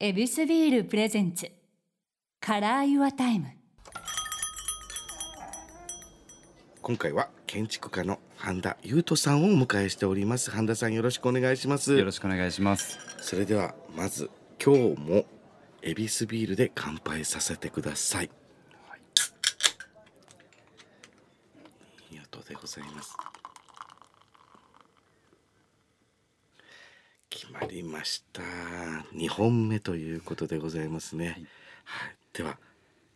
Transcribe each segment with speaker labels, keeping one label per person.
Speaker 1: エビスビールプレゼンツカラーユアタイム
Speaker 2: 今回は建築家の半田優斗さんをお迎えしております半田さんよろしくお願いします
Speaker 3: よろしくお願いします。
Speaker 2: それではまず今日もエビスビールで乾杯させてください、い、い音でございます決まりました2本目ということでございますね、はいでは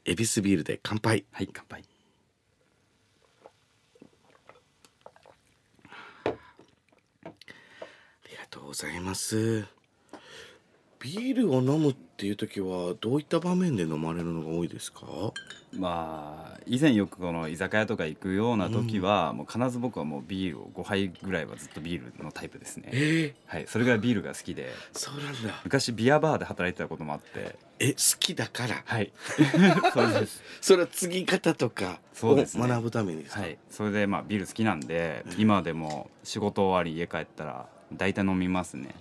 Speaker 2: エビスビールで乾杯
Speaker 3: はい、乾杯。
Speaker 2: ありがとうございます。ビールを飲むっていう時はどういった場面で飲まれるのが多いですか？
Speaker 3: まあ、以前よくこの居酒屋とか行くような時は、もう必ず僕はもうビールを5杯ぐらいはずっとビールのタイプですね。
Speaker 2: ええ
Speaker 3: はい、それぐらいビールが好きで、
Speaker 2: そうなんだ。
Speaker 3: 昔ビアバーで働いてたこともあって。
Speaker 2: え、好きだから。
Speaker 3: はい。 そうです。
Speaker 2: それは継ぎ方とか
Speaker 3: そ
Speaker 2: を
Speaker 3: うですね
Speaker 2: 学ぶためにですか。
Speaker 3: はい、それでまあビール好きなんで、今でも仕事終わり家帰ったら大体飲みますね。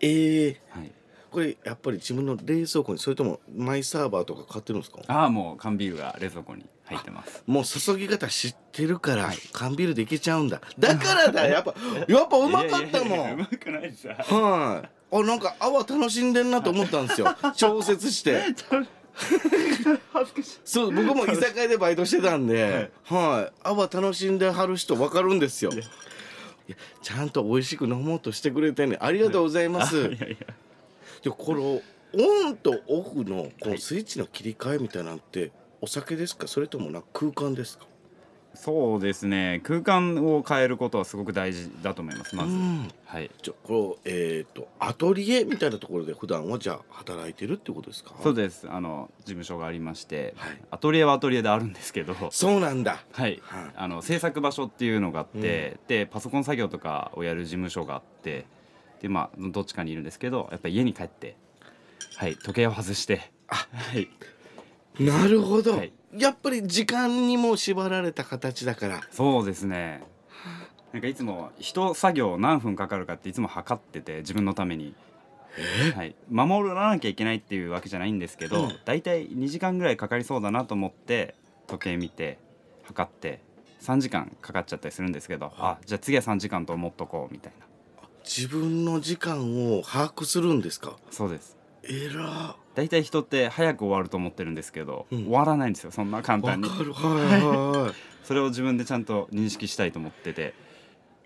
Speaker 2: ええ
Speaker 3: はい。
Speaker 2: これやっぱり自分の冷蔵庫にそれともマイサーバーとか買ってるんですか？
Speaker 3: ああ、もう缶ビールが冷蔵庫に入ってます。
Speaker 2: もう注ぎ方知ってるから缶ビールでいけちゃうんだ。だから だ。やっぱやっぱうまかった
Speaker 3: いやいやい
Speaker 2: もん
Speaker 3: やう。まくない です。
Speaker 2: はい。あ、なんか泡楽しんでんなと思ったん ですよ。調節して。そう、僕も居酒屋でバイトしてたんで、はい。泡楽しんではる人わかるんですよ。いやちゃんと美味しく飲もうとしてくれてね、ありがとうございます。
Speaker 3: いやいや。
Speaker 2: で、このオンとオフのこのスイッチの切り替えみたいなんて、お酒ですか、それともな空間ですか。
Speaker 3: そうですね空間を変えることはすごく大事だと思いますま
Speaker 2: う
Speaker 3: ず、
Speaker 2: ん
Speaker 3: はい
Speaker 2: じゃあ、これえっ、と、アトリエみたいなところで普段はじゃあ働いてるってことですか。
Speaker 3: そうですあの事務所がありまして、
Speaker 2: はい
Speaker 3: アトリエはアトリエであるんですけ ど
Speaker 2: そうなんだ。
Speaker 3: はい、
Speaker 2: はい
Speaker 3: あの制作場所っていうのがあって、でパソコン作業とかをやる事務所があってでまあどっちかにいるんですけどやっぱり家に帰ってはい時計を外してはい
Speaker 2: なるほど、
Speaker 3: はい
Speaker 2: やっぱり時間にも縛られた形だから
Speaker 3: そうですねなんかいつも一作業何分かかるかっていつも測ってて自分のために、はい、守らなきゃいけないっていうわけじゃないんですけど、
Speaker 2: うん
Speaker 3: だいたい2時間ぐらいかかりそうだなと思って時計見て測って3時間かかっちゃったりするんですけど、あじゃあ次は3時間と思っとこうみたいな
Speaker 2: 自分の時間を把握するんですか
Speaker 3: そうです
Speaker 2: えら
Speaker 3: だいたい人って早く終わると思ってるんですけど、
Speaker 2: うん
Speaker 3: 終わらないんですよそんな簡
Speaker 2: わか
Speaker 3: 単に
Speaker 2: るはいはいはい
Speaker 3: それを自分でちゃんと認識したいと思ってて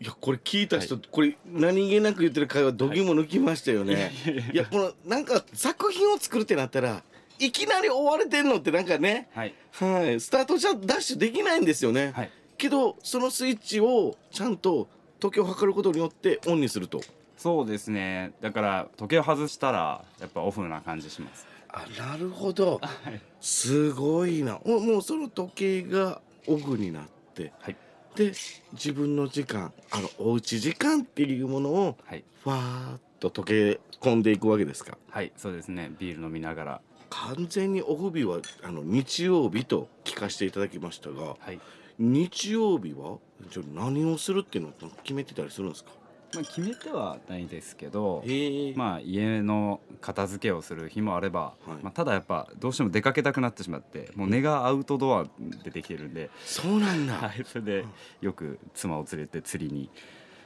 Speaker 2: いやこれ聞いた人、これ何気なく言ってる会話度肝も抜きましたよね、いやこのなんか作品を作るってなったらいきなり追われてんのってなんかね
Speaker 3: はい
Speaker 2: はいスタートじゃダッシュできないんですよね、
Speaker 3: はい
Speaker 2: けどそのスイッチをちゃんと時計を測ることによってオンにすると
Speaker 3: そうですねだから時計を外したらやっぱオフな感じします
Speaker 2: あなるほど、すごいなおもうその時計がオフになって
Speaker 3: はい
Speaker 2: で自分の時間あのおうち時間っていうものを
Speaker 3: はい
Speaker 2: ファーっと時計込んでいくわけですか
Speaker 3: はいそうですねビール飲みながら
Speaker 2: 完全にオフ日はあの日曜日と聞かせていただきましたが
Speaker 3: はい、
Speaker 2: 日曜日はじゃあ何をするっていうのを決めてたりするんですか
Speaker 3: まあ、決めてはないですけど
Speaker 2: え
Speaker 3: まあ家の片付けをする日もあれば、
Speaker 2: はい
Speaker 3: まあ、ただやっぱどうしても出かけたくなってしまってもう根がアウトドアでできてるんで、
Speaker 2: そうなんだ、
Speaker 3: はい、それでよく妻を連れて釣りに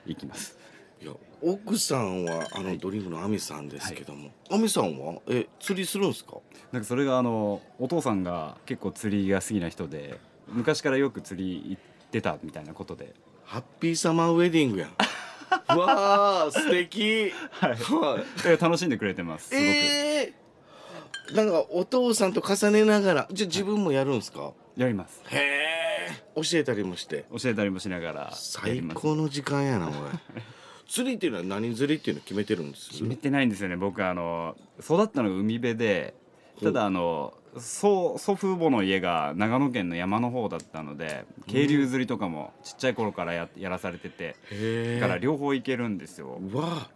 Speaker 3: 行きます
Speaker 2: いや奥さんはあのドリームの亜美さんですけども、亜美さんはえ釣りするんですか
Speaker 3: なんかそれがあのお父さんが結構釣りが好きな人で昔からよく釣り行ってたみたいなことで
Speaker 2: ハッピーサマーウェディングやん。 わあ、素敵。
Speaker 3: はいだ から楽しんでくれてますすごく。
Speaker 2: ええなんかお父さんと重ねながら、じゃあ自分もやるんですか。
Speaker 3: やります
Speaker 2: へえ。教えたりもして。
Speaker 3: 教えたりもしながらやり
Speaker 2: 最
Speaker 3: ます
Speaker 2: 高の時間やな、おい。釣りっていうのは何釣りっていうの決めてるんです。
Speaker 3: 決めてないんですよね僕あの育ったのが海辺でただあの祖祖父母の家が長野県の山の方だったので渓流釣りとかもちっちゃい頃からややらされてて
Speaker 2: へ
Speaker 3: だから両方行けるんですよ
Speaker 2: え。わあ。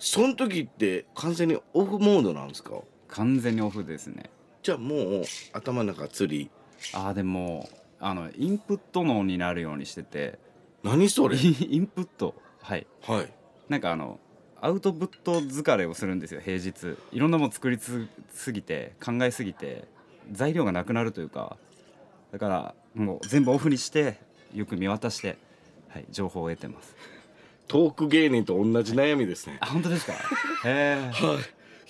Speaker 2: その時って完全にオフモードなんですか。
Speaker 3: 完全にオフですね
Speaker 2: じゃあもう頭の中釣り。
Speaker 3: ああでもあのインプット脳になるようにしてて
Speaker 2: 何それ。
Speaker 3: インプットはい
Speaker 2: はい。
Speaker 3: なんかあのアウトプット疲れをするんですよ平日いろんなもの作りつすぎて考えすぎて材料がなくなるというかだからもう全部オフにしてよく見渡して、はい、情報を得てます
Speaker 2: トーク芸人と同じ悩みですね
Speaker 3: あ本当ですか へえ
Speaker 2: はい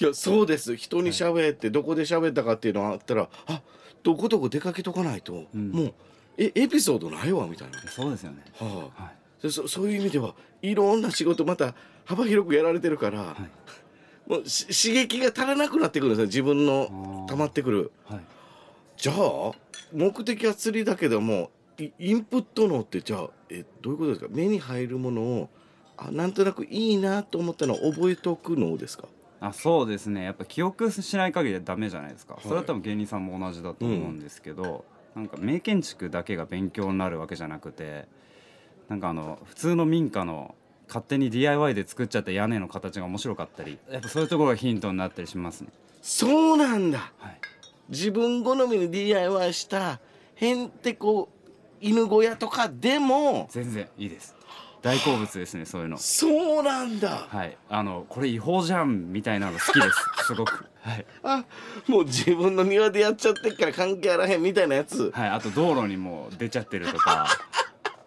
Speaker 2: いやそうです人に喋ってどこで喋ったかっていうのがあったら、あどこどこ出かけとかないと、
Speaker 3: うん
Speaker 2: もうえエピソードないわみたいな、
Speaker 3: そうですよね
Speaker 2: はあ
Speaker 3: はい
Speaker 2: でそそういう意味ではいろんな仕事また幅広くやられてるから、もうし刺激が足らなくなってくるんですね自分の
Speaker 3: あー
Speaker 2: 溜まってくる
Speaker 3: はい
Speaker 2: じゃあ目的は釣りだけどもイインプットのってじゃあえどういうことですか目に入るものをあなんとなくいいなと思ったのを覚えておくのですか
Speaker 3: あそうですねやっぱ記憶しない限りはダメじゃないですか、
Speaker 2: い
Speaker 3: それは多分芸人さんも同じだと思うんですけど、なんか名建築だけが勉強になるわけじゃなくてなんかあの普通の民家の勝手に DIY で作っちゃった屋根の形が面白かったりやっぱそういうところがヒントになったりしますね
Speaker 2: そうなんだ
Speaker 3: はい
Speaker 2: 自分好みに DIY したへんてこ犬小屋とかでも
Speaker 3: 全然いいです大好物ですねそういうの
Speaker 2: そうなんだ
Speaker 3: はいあのこれ違法じゃんみたいなの好きですすごくはい、
Speaker 2: あもう自分の庭でやっちゃってっから関係あらへんみたいなやつ
Speaker 3: はい、あと道路にもう出ちゃってる とか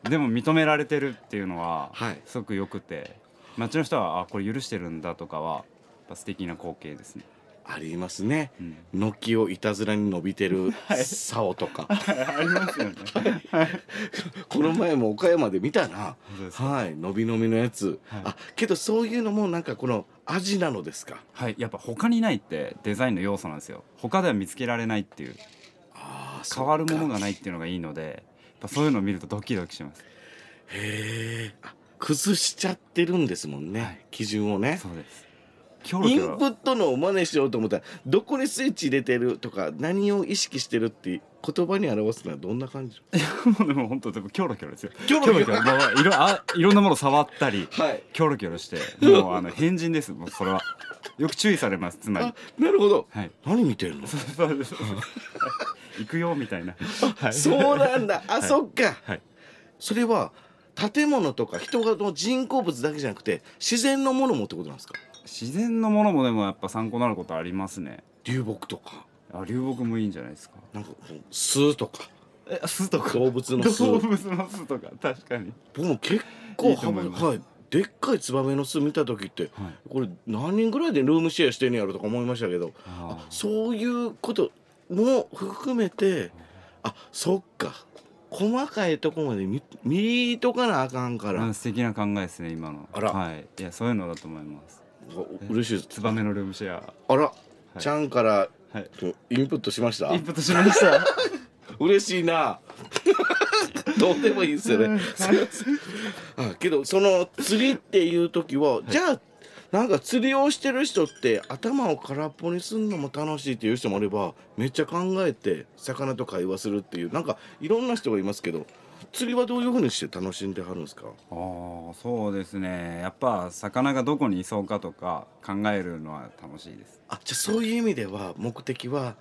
Speaker 3: でも認められてるっていうのは
Speaker 2: はい
Speaker 3: すごくよくて街の人はあこれ許してるんだとかはやっぱ素敵な光景です ね、
Speaker 2: ありますね
Speaker 3: うん
Speaker 2: 軒をいたずらに伸びて る竿とか、
Speaker 3: ありますよね
Speaker 2: この前も岡山で見たな
Speaker 3: 本当ですか
Speaker 2: はい伸び伸びのやつ、
Speaker 3: はい
Speaker 2: あけどそういうのもなんかこの味なのですか
Speaker 3: はいやっぱ他にないってデザインの要素なんですよ他では見つけられないっていう
Speaker 2: あー
Speaker 3: 変わるもの
Speaker 2: そ
Speaker 3: が
Speaker 2: っか
Speaker 3: ないっていうのがいいのでやっぱそういうのを見るとドキドキします
Speaker 2: へえあ崩しちゃってるんですもんね、
Speaker 3: はい
Speaker 2: 基準をね
Speaker 3: そうですキョロキ
Speaker 2: イ
Speaker 3: ョ
Speaker 2: ンプ
Speaker 3: ロ
Speaker 2: ットのを真似しようと思ったらどこにスイッチ入れてるとか何を意識してるって言葉に表すのはどんな感じ
Speaker 3: もう でも本当でもキョロキョロですよ
Speaker 2: キョロキョロ
Speaker 3: もういろあいろんなもの触ったり
Speaker 2: はい
Speaker 3: キョロキョロしてもうあの変人ですもうそれはよく注意されますつまり
Speaker 2: あなるほど
Speaker 3: はい
Speaker 2: 何見てるの
Speaker 3: そうです行くよみたいなはい
Speaker 2: そうなんだあ、
Speaker 3: い
Speaker 2: そっか、
Speaker 3: はい
Speaker 2: それは建物とか人がの人工物だけじゃなくて自然のものもってことなんですか
Speaker 3: 自然のものもでもやっぱ参考になることありますね
Speaker 2: 流木とか
Speaker 3: あ流木もいいんじゃないですか
Speaker 2: なんかこう巣とか
Speaker 3: え巣とか
Speaker 2: 動物の巣
Speaker 3: 動物の巣とか確かに
Speaker 2: 僕も結構
Speaker 3: いいと思います
Speaker 2: 幅はいでっかいツバメの巣見た時って
Speaker 3: はい
Speaker 2: これ何人ぐらいでルームシェアしてんねやろとか思いましたけどあ
Speaker 3: あ
Speaker 2: そういうことも含めてあそっか細かいとこまで見見とかなあかんか
Speaker 3: ー
Speaker 2: ら、
Speaker 3: うん素敵な考えですね今の
Speaker 2: あら
Speaker 3: はいいやそういうのだと思います
Speaker 2: う嬉しいです
Speaker 3: ツバメのルームシェア
Speaker 2: あら、
Speaker 3: い
Speaker 2: ちゃんから
Speaker 3: はい
Speaker 2: インプットしました
Speaker 3: インプットし ました
Speaker 2: 嬉しいな どうでもいいですよねあけどその釣りっていう時は、じゃあなんか釣りをしてる人って頭を空っぽにすんのも楽しいっていう人もあればめっちゃ考えて魚と会話するっていうなんかいろんな人がいますけど釣りはどういうふうにして楽しんではるんですか
Speaker 3: ああそうですねやっぱ魚がどこにいそうかとか考えるのは楽しいです
Speaker 2: あじゃあそういう意味では目的は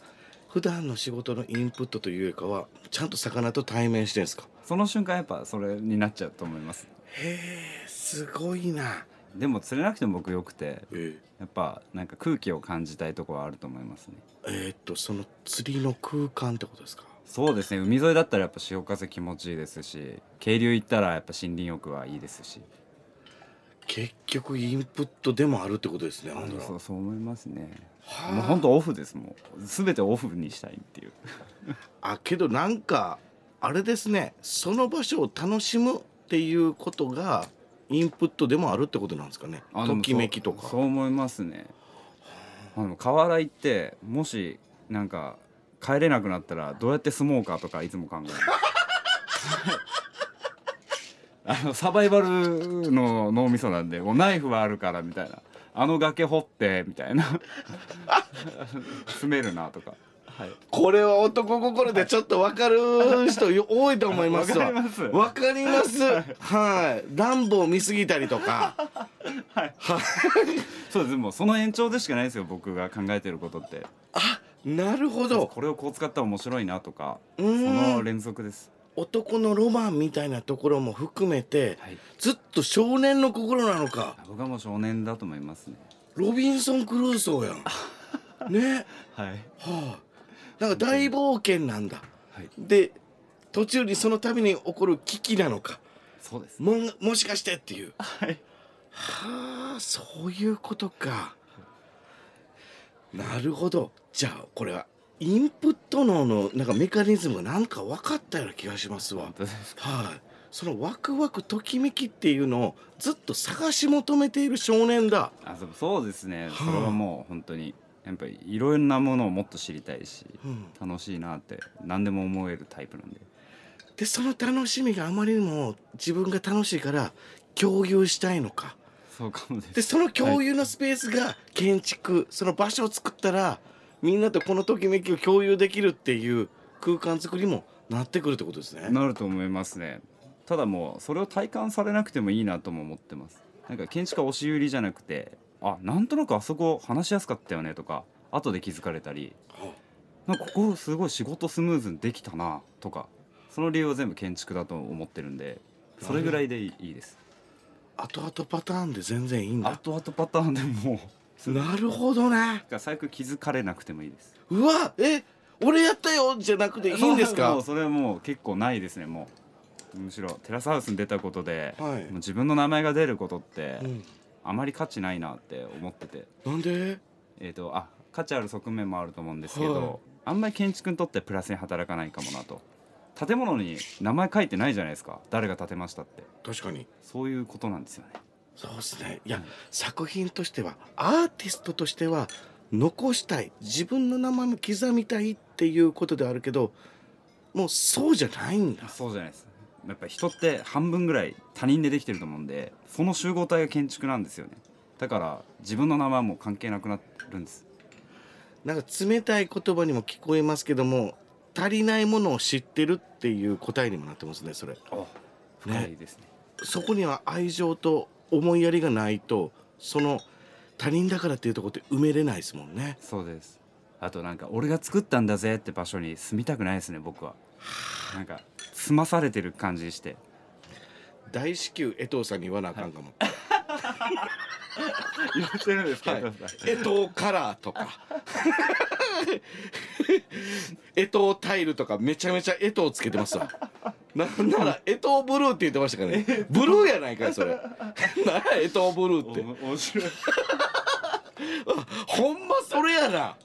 Speaker 2: 普段の仕事のインプットというよりかはちゃんと魚と対面してるんですか
Speaker 3: その瞬間やっぱそれになっちゃうと思います
Speaker 2: へえすごいな。
Speaker 3: でも釣れなくても僕よくて
Speaker 2: え
Speaker 3: やっぱなんか空気を感じたいところはあると思いますね
Speaker 2: えーっとその釣りの空間ってことですか
Speaker 3: そうですね海沿いだったらやっぱ潮風気持ちいいですし渓流行ったらやっぱ森林浴はいいですし
Speaker 2: 結局インプットでもあるってことですねあんたら
Speaker 3: そうそう思いますね
Speaker 2: はあ
Speaker 3: もう本当オフですもう全てオフにしたいっていう
Speaker 2: あけどなんかあれですねその場所を楽しむっていうことがインプットでもあるってことなんですかね
Speaker 3: あで
Speaker 2: と
Speaker 3: もそう
Speaker 2: きめきと
Speaker 3: そう
Speaker 2: か
Speaker 3: 思いますねあの河原行ってもしなんか帰れなくなったらどうやって住もうかとかいつも考える あのサバイバルの脳みそなんでこうナイフはあるからみたいなあの崖掘ってみたいな 住めるなとかはい
Speaker 2: これは男心でちょっと分かる人よ多いと思いますわ
Speaker 3: わかります
Speaker 2: わかりますはい乱暴見すぎたりと か
Speaker 3: そうですもうその延長でしかないですよ僕が考えてることって
Speaker 2: なるほど
Speaker 3: これをこう使ったら面白いなとか
Speaker 2: う
Speaker 3: そ
Speaker 2: ーん
Speaker 3: の連続です
Speaker 2: 男のロマンみたいなところも含めて
Speaker 3: はい、
Speaker 2: ずっと少年の心なのか
Speaker 3: 僕はもう少年だと思いますね
Speaker 2: ロビンソン・クルーソーやん ね
Speaker 3: はい
Speaker 2: はあなんか大冒険なんだ
Speaker 3: はい
Speaker 2: で途中にそのために起こる危機なのか
Speaker 3: そうですね
Speaker 2: もんもしかしてっていう
Speaker 3: はい
Speaker 2: はあそういうことかなるほどじゃあこれはインプット脳のなんかメカニズムがなんか分かったような気がしますわ
Speaker 3: 本当です
Speaker 2: はい、そのワクワクときめきっていうのをずっと探し求めている少年だ
Speaker 3: あそうそうですね、
Speaker 2: はあ
Speaker 3: それはもう本当にやっぱりいろんなものをもっと知りたいし、
Speaker 2: うん
Speaker 3: 楽しいなって何でも思えるタイプなんで
Speaker 2: でその楽しみがあまりにも自分が楽しいから共有したいのか
Speaker 3: そうかもです
Speaker 2: でその共有のスペースが建築、その場所を作ったらみんなとこのときめきを共有できるっていう空間作りもなってくるってことですね。
Speaker 3: なると思いますねただもうそれを体感されなくてもいいなとも思ってますなんか建築家押し売りじゃなくてあなんとなくあそこ話しやすかったよねとか後で気づかれたり
Speaker 2: は
Speaker 3: なんかここすごい仕事スムーズにできたなとかその理由は全部建築だと思ってるんでそれぐらいでいいいいです
Speaker 2: 後々パターンで全然いいんだ。
Speaker 3: 後々パターンでもう
Speaker 2: なるほどね。
Speaker 3: が最悪気づかれなくてもいいです。
Speaker 2: うわえ俺やったよじゃなくていいんです
Speaker 3: そうも
Speaker 2: か
Speaker 3: うそれはもう結構ないですねもう。むしろテラスハウスに出たことで、
Speaker 2: はい
Speaker 3: もう自分の名前が出ることって、
Speaker 2: うん
Speaker 3: あまり価値ないなって思ってて、
Speaker 2: なんで
Speaker 3: えっ、とあ価値ある側面もあると思うんですけど、
Speaker 2: はい
Speaker 3: あんまり建築にとってプラスに働かないかもなと。建物に名前書いてないじゃないですか。誰が建てましたって。
Speaker 2: 確かに
Speaker 3: そういうことなんですよね。
Speaker 2: そうですねいや、作品としてはアーティストとしては残したい自分の名前も刻みたいっていうことではあるけどもうそうじゃないんだ
Speaker 3: そうじゃないです。やっぱ人って半分ぐらい他人でできてると思うんでその集合体が建築なんですよねだから自分の名前はもう関係なくなるんです
Speaker 2: なんか冷たい言葉にも聞こえますけども足りないものを知ってるっていう答えにもなってますねそれ
Speaker 3: あ深いですね
Speaker 2: そこには愛情と思いやりがないとその他人だからっていうところって埋めれないですもんね
Speaker 3: そうですあとなんか俺が作ったんだぜって場所に住みたくないですね僕はなんか済まされてる感じして
Speaker 2: 大至急江藤さんに言わなあかんかも、
Speaker 3: 言ってるんです
Speaker 2: はい、 江藤カラーとか 江藤タイルとかめちゃめちゃ江藤つけてます わなんなら江藤ブルーって言ってましたからねブルーやないかいそ れなら江藤ブルーって
Speaker 3: 面白い
Speaker 2: ほんまそれやな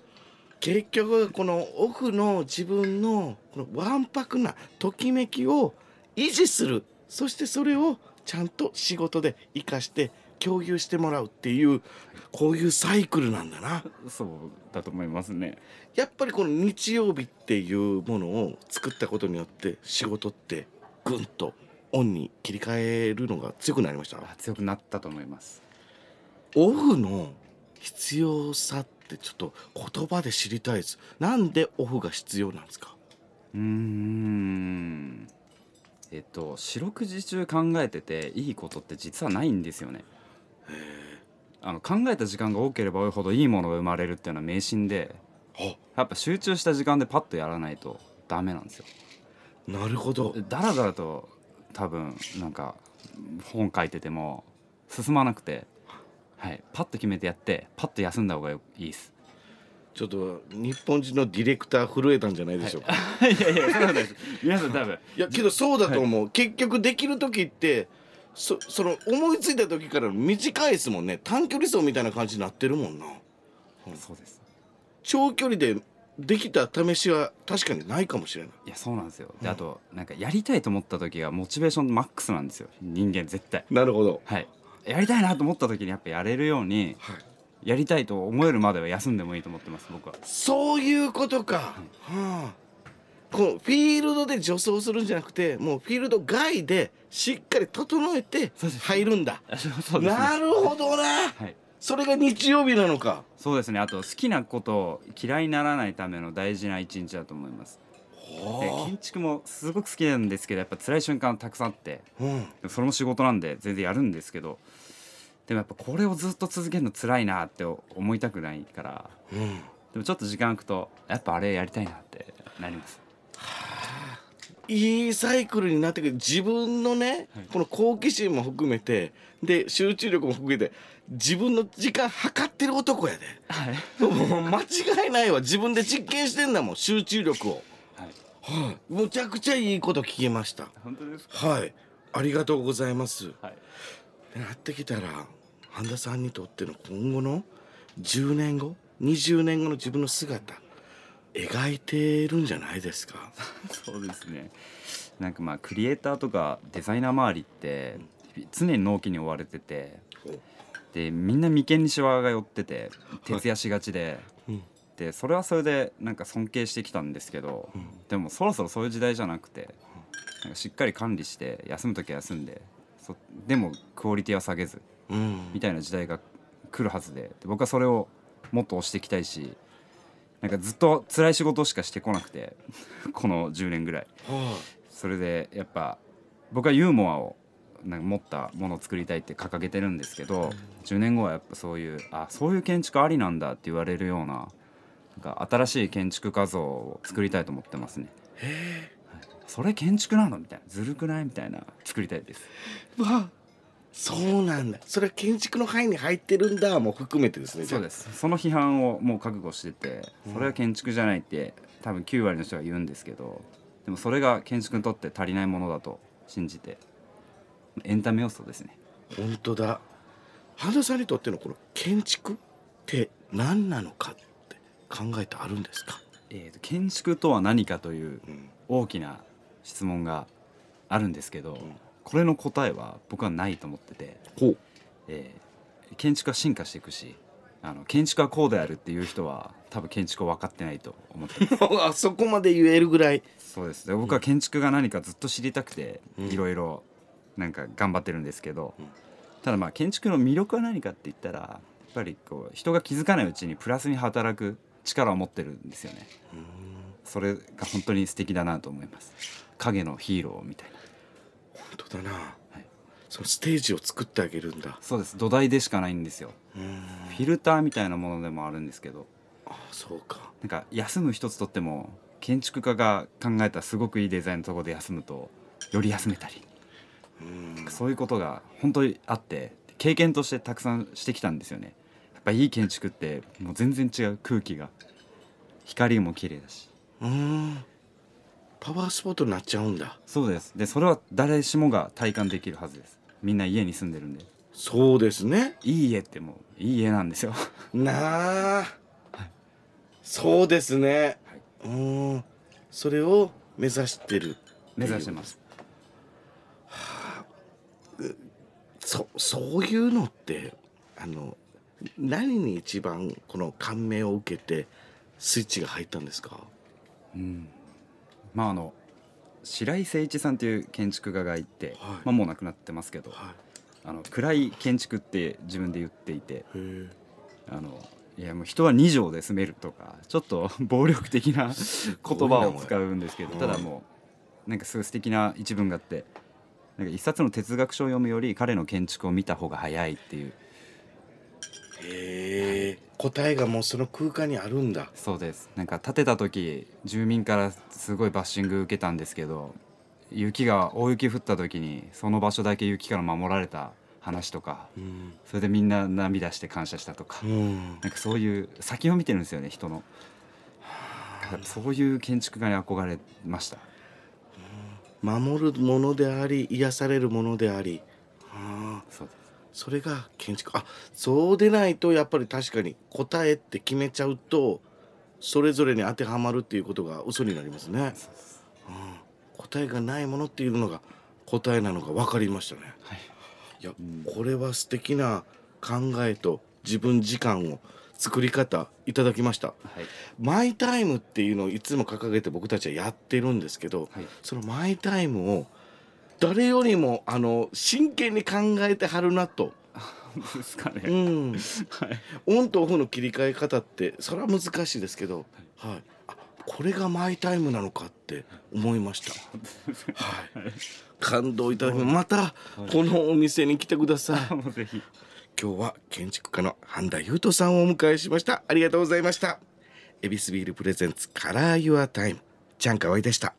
Speaker 2: 結局このオフの自分のこのわんぱくなときめきを維持するそしてそれをちゃんと仕事で生かして共有してもらうっていうこういうサイクルなんだな
Speaker 3: そうだと思いますね
Speaker 2: やっぱりこの日曜日っていうものを作ったことによって仕事ってぐんとオンに切り替えるのが強くなりました
Speaker 3: あ強くなったと思います
Speaker 2: オフの必要さってちょっと言葉で知りたいですなんでオフが必要なんですか
Speaker 3: うーんえっと四六時中考えてていいことって実はないんですよねあの考えた時間が多ければ多いほどいいものが生まれるっていうのは迷信で
Speaker 2: あ
Speaker 3: やっぱ集中した時間でパッとやらないとダメなんですよ
Speaker 2: なるほど
Speaker 3: だらだらと多分なんか本書いてても進まなくて、はい、パッと決めてやってパッと休んだ方がよいいです
Speaker 2: ちょっと日本人のディレクター震えたんじゃないでしょうか、
Speaker 3: いやいやそうなんです皆さん多分
Speaker 2: い、やけどそうだと思う、結局できる時ってそその思いついた時から短いですもんね短距離走みたいな感じになってるもんな
Speaker 3: そうです
Speaker 2: 長距離でできた試しは確かにないかもしれない
Speaker 3: いやそうなんですよであとなんかやりたいと思った時がモチベーションマックスなんですよ人間絶対
Speaker 2: なるほど
Speaker 3: はいやりたいなと思った時にやっぱやれるように
Speaker 2: はい
Speaker 3: やりたいと思えるまでは休んでもいいと思ってます僕は
Speaker 2: そういうことか。はあ、このフィールドで助走するんじゃなくて、もうフィールド外でしっかり整えて
Speaker 3: そうです
Speaker 2: 入るんだ。
Speaker 3: あそうそうですね
Speaker 2: なるほどね。
Speaker 3: はい
Speaker 2: それが日曜日なのか。
Speaker 3: そうですねあと好きなことを嫌いにならないための大事な一日だと思いますで
Speaker 2: は
Speaker 3: 建築もすごく好きなんですけどやっぱ辛い瞬間たくさんあって
Speaker 2: あ。うん。
Speaker 3: それも仕事なんで全然やるんですけどでもやっぱこれをずっと続けるの辛いなって思いたくないから
Speaker 2: うん。
Speaker 3: でもちょっと時間空くとやっぱあれやりたいなってなります
Speaker 2: いいサイクルになってくる自分のね、
Speaker 3: はい
Speaker 2: この好奇心も含めてで集中力も含めて自分の時間測ってる男や で
Speaker 3: はい
Speaker 2: もう間違いないわ自分で実験してんだもん集中力を
Speaker 3: はい
Speaker 2: はいむちゃくちゃいいこと聞きました
Speaker 3: 本当ですか
Speaker 2: はいありがとうございます
Speaker 3: はい
Speaker 2: なってきたら半田さんにとっての今後の10年後20年後の自分の姿描いてるんじゃないですか
Speaker 3: そうですねなんかまあクリエイターとかデザイナー周りって常に納期に追われててでみんな眉間にしわが寄ってて徹夜しがちで、
Speaker 2: うん
Speaker 3: でそれはそれでなんか尊敬してきたんですけど、でもそろそろそういう時代じゃなくてなんかしっかり管理して休む時は休んでそでもクオリティは下げず
Speaker 2: うん
Speaker 3: みたいな時代が来るはずでで僕はそれをもっと押していきたいしなんかずっと辛い仕事しかしてこなくて この10年ぐらい
Speaker 2: は
Speaker 3: それでやっぱ僕はユーモアをなんか持ったものを作りたいって掲げてるんですけど10年後はやっぱそういうあそういう建築ありなんだって言われるようななんか新しい建築画像を作りたいと思ってますね。はいそれ建築なのみたいなずるくないみたいな作りたいです。
Speaker 2: いわあそうなんだそれは建築の範囲に入ってるんだも含めてですね
Speaker 3: そうですすその批判をもう覚悟しててそれは建築じゃないって多分9割の人が言うんですけどでもそれが建築にとって足りないものだと信じてエンタメ要素ですね
Speaker 2: 本当だ半田さんにとってのこの建築って何なのかって考えてあるんですか、
Speaker 3: えーと建築とは何かという
Speaker 2: うん、
Speaker 3: 大きな質問があるんですけど、
Speaker 2: ん
Speaker 3: これの答えは僕はないと思ってて、
Speaker 2: ほう
Speaker 3: えー建築は進化していくしあの建築はこうであるっていう人は多分建築を分かってないと思ってます
Speaker 2: あそこまで言えるぐらい
Speaker 3: そうですで僕は建築が何かずっと知りたくて、
Speaker 2: うん
Speaker 3: いろいろなんか頑張ってるんですけど、
Speaker 2: うん
Speaker 3: ただまあ建築の魅力は何かって言ったらやっぱりこう人が気づかないうちにプラスに働く力を持ってるんですよね。それが本当に素敵だなと思います影のヒーローみたいな
Speaker 2: 本当だな、
Speaker 3: い
Speaker 2: そのステージを作ってあげるんだ
Speaker 3: そうです土台でしかないんですよ
Speaker 2: うん
Speaker 3: フィルターみたいなものでもあるんですけど
Speaker 2: あそうか
Speaker 3: なんか休む一つとっても建築家が考えたすごくいいデザインのところで休むとより休めたり
Speaker 2: うん
Speaker 3: そういうことが本当にあって経験としてたくさんしてきたんですよねやっぱいい建築ってもう全然違う空気が光も綺麗だし
Speaker 2: うんパワースポットになっちゃうんだ
Speaker 3: そうですでそれは誰しもが体感できるはずですみんな家に住んでるんで
Speaker 2: そうですね
Speaker 3: いい家ってもういい家なんですよ
Speaker 2: なあ、そうですね、うんそれを目指してる
Speaker 3: 目指してます
Speaker 2: そそういうのってあの何に一番この感銘を受けてスイッチが入ったんですか
Speaker 3: うんまああの白井誠一さんという建築家がいて、
Speaker 2: はい
Speaker 3: まあ、もう亡くなってますけど
Speaker 2: は
Speaker 3: あの暗い建築って自分で言っていて
Speaker 2: いへ
Speaker 3: あのいやもう人は2畳で住めるとかちょっと 暴力的な
Speaker 2: ごいな
Speaker 3: 言葉を使うんですけど
Speaker 2: これ
Speaker 3: ただもうなんかすごい素敵な一文があってなんか一冊の哲学書を読むより彼の建築を見た方が早いっていう
Speaker 2: え、答えがもうその空間にあるんだ
Speaker 3: そうですなんか建てた時住民からすごいバッシング受けたんですけど雪が大雪降った時にその場所だけ雪から守られた話とか
Speaker 2: うん、
Speaker 3: それでみんな涙して感謝したとか、
Speaker 2: うん、
Speaker 3: なんかそういう先を見てるんですよね人のそういう建築家に憧れました
Speaker 2: 守るものであり癒されるものでありああ
Speaker 3: そうで
Speaker 2: それが建築あそうでないとやっぱり確かに答えって決めちゃうとそれぞれに当てはまるっていうことが嘘になりますね、
Speaker 3: すそうです
Speaker 2: うん、答えがないものっていうのが答えなのが分かりましたね
Speaker 3: はい
Speaker 2: いやこれは素敵な考えと自分時間を作り方いただきました
Speaker 3: はい
Speaker 2: マイタイムっていうのをいつも掲げて僕たちはやってるんですけど、
Speaker 3: はい
Speaker 2: そのマイタイムを誰よりもあの真剣に考えてはるなと、
Speaker 3: 本当ですか
Speaker 2: う
Speaker 3: ね、
Speaker 2: ん、
Speaker 3: はい
Speaker 2: オンとオフの切り替え方ってそれは難しいですけど、はい、あこれがマイタイムなのかって思いました。はい、感動いただきまたこのお店に来てください。
Speaker 3: もうぜひ
Speaker 2: 今日は建築家の半田優斗さんをお迎えしましたありがとうございましたエビスビールプレゼンツカラーユアタイムちゃんかわいでした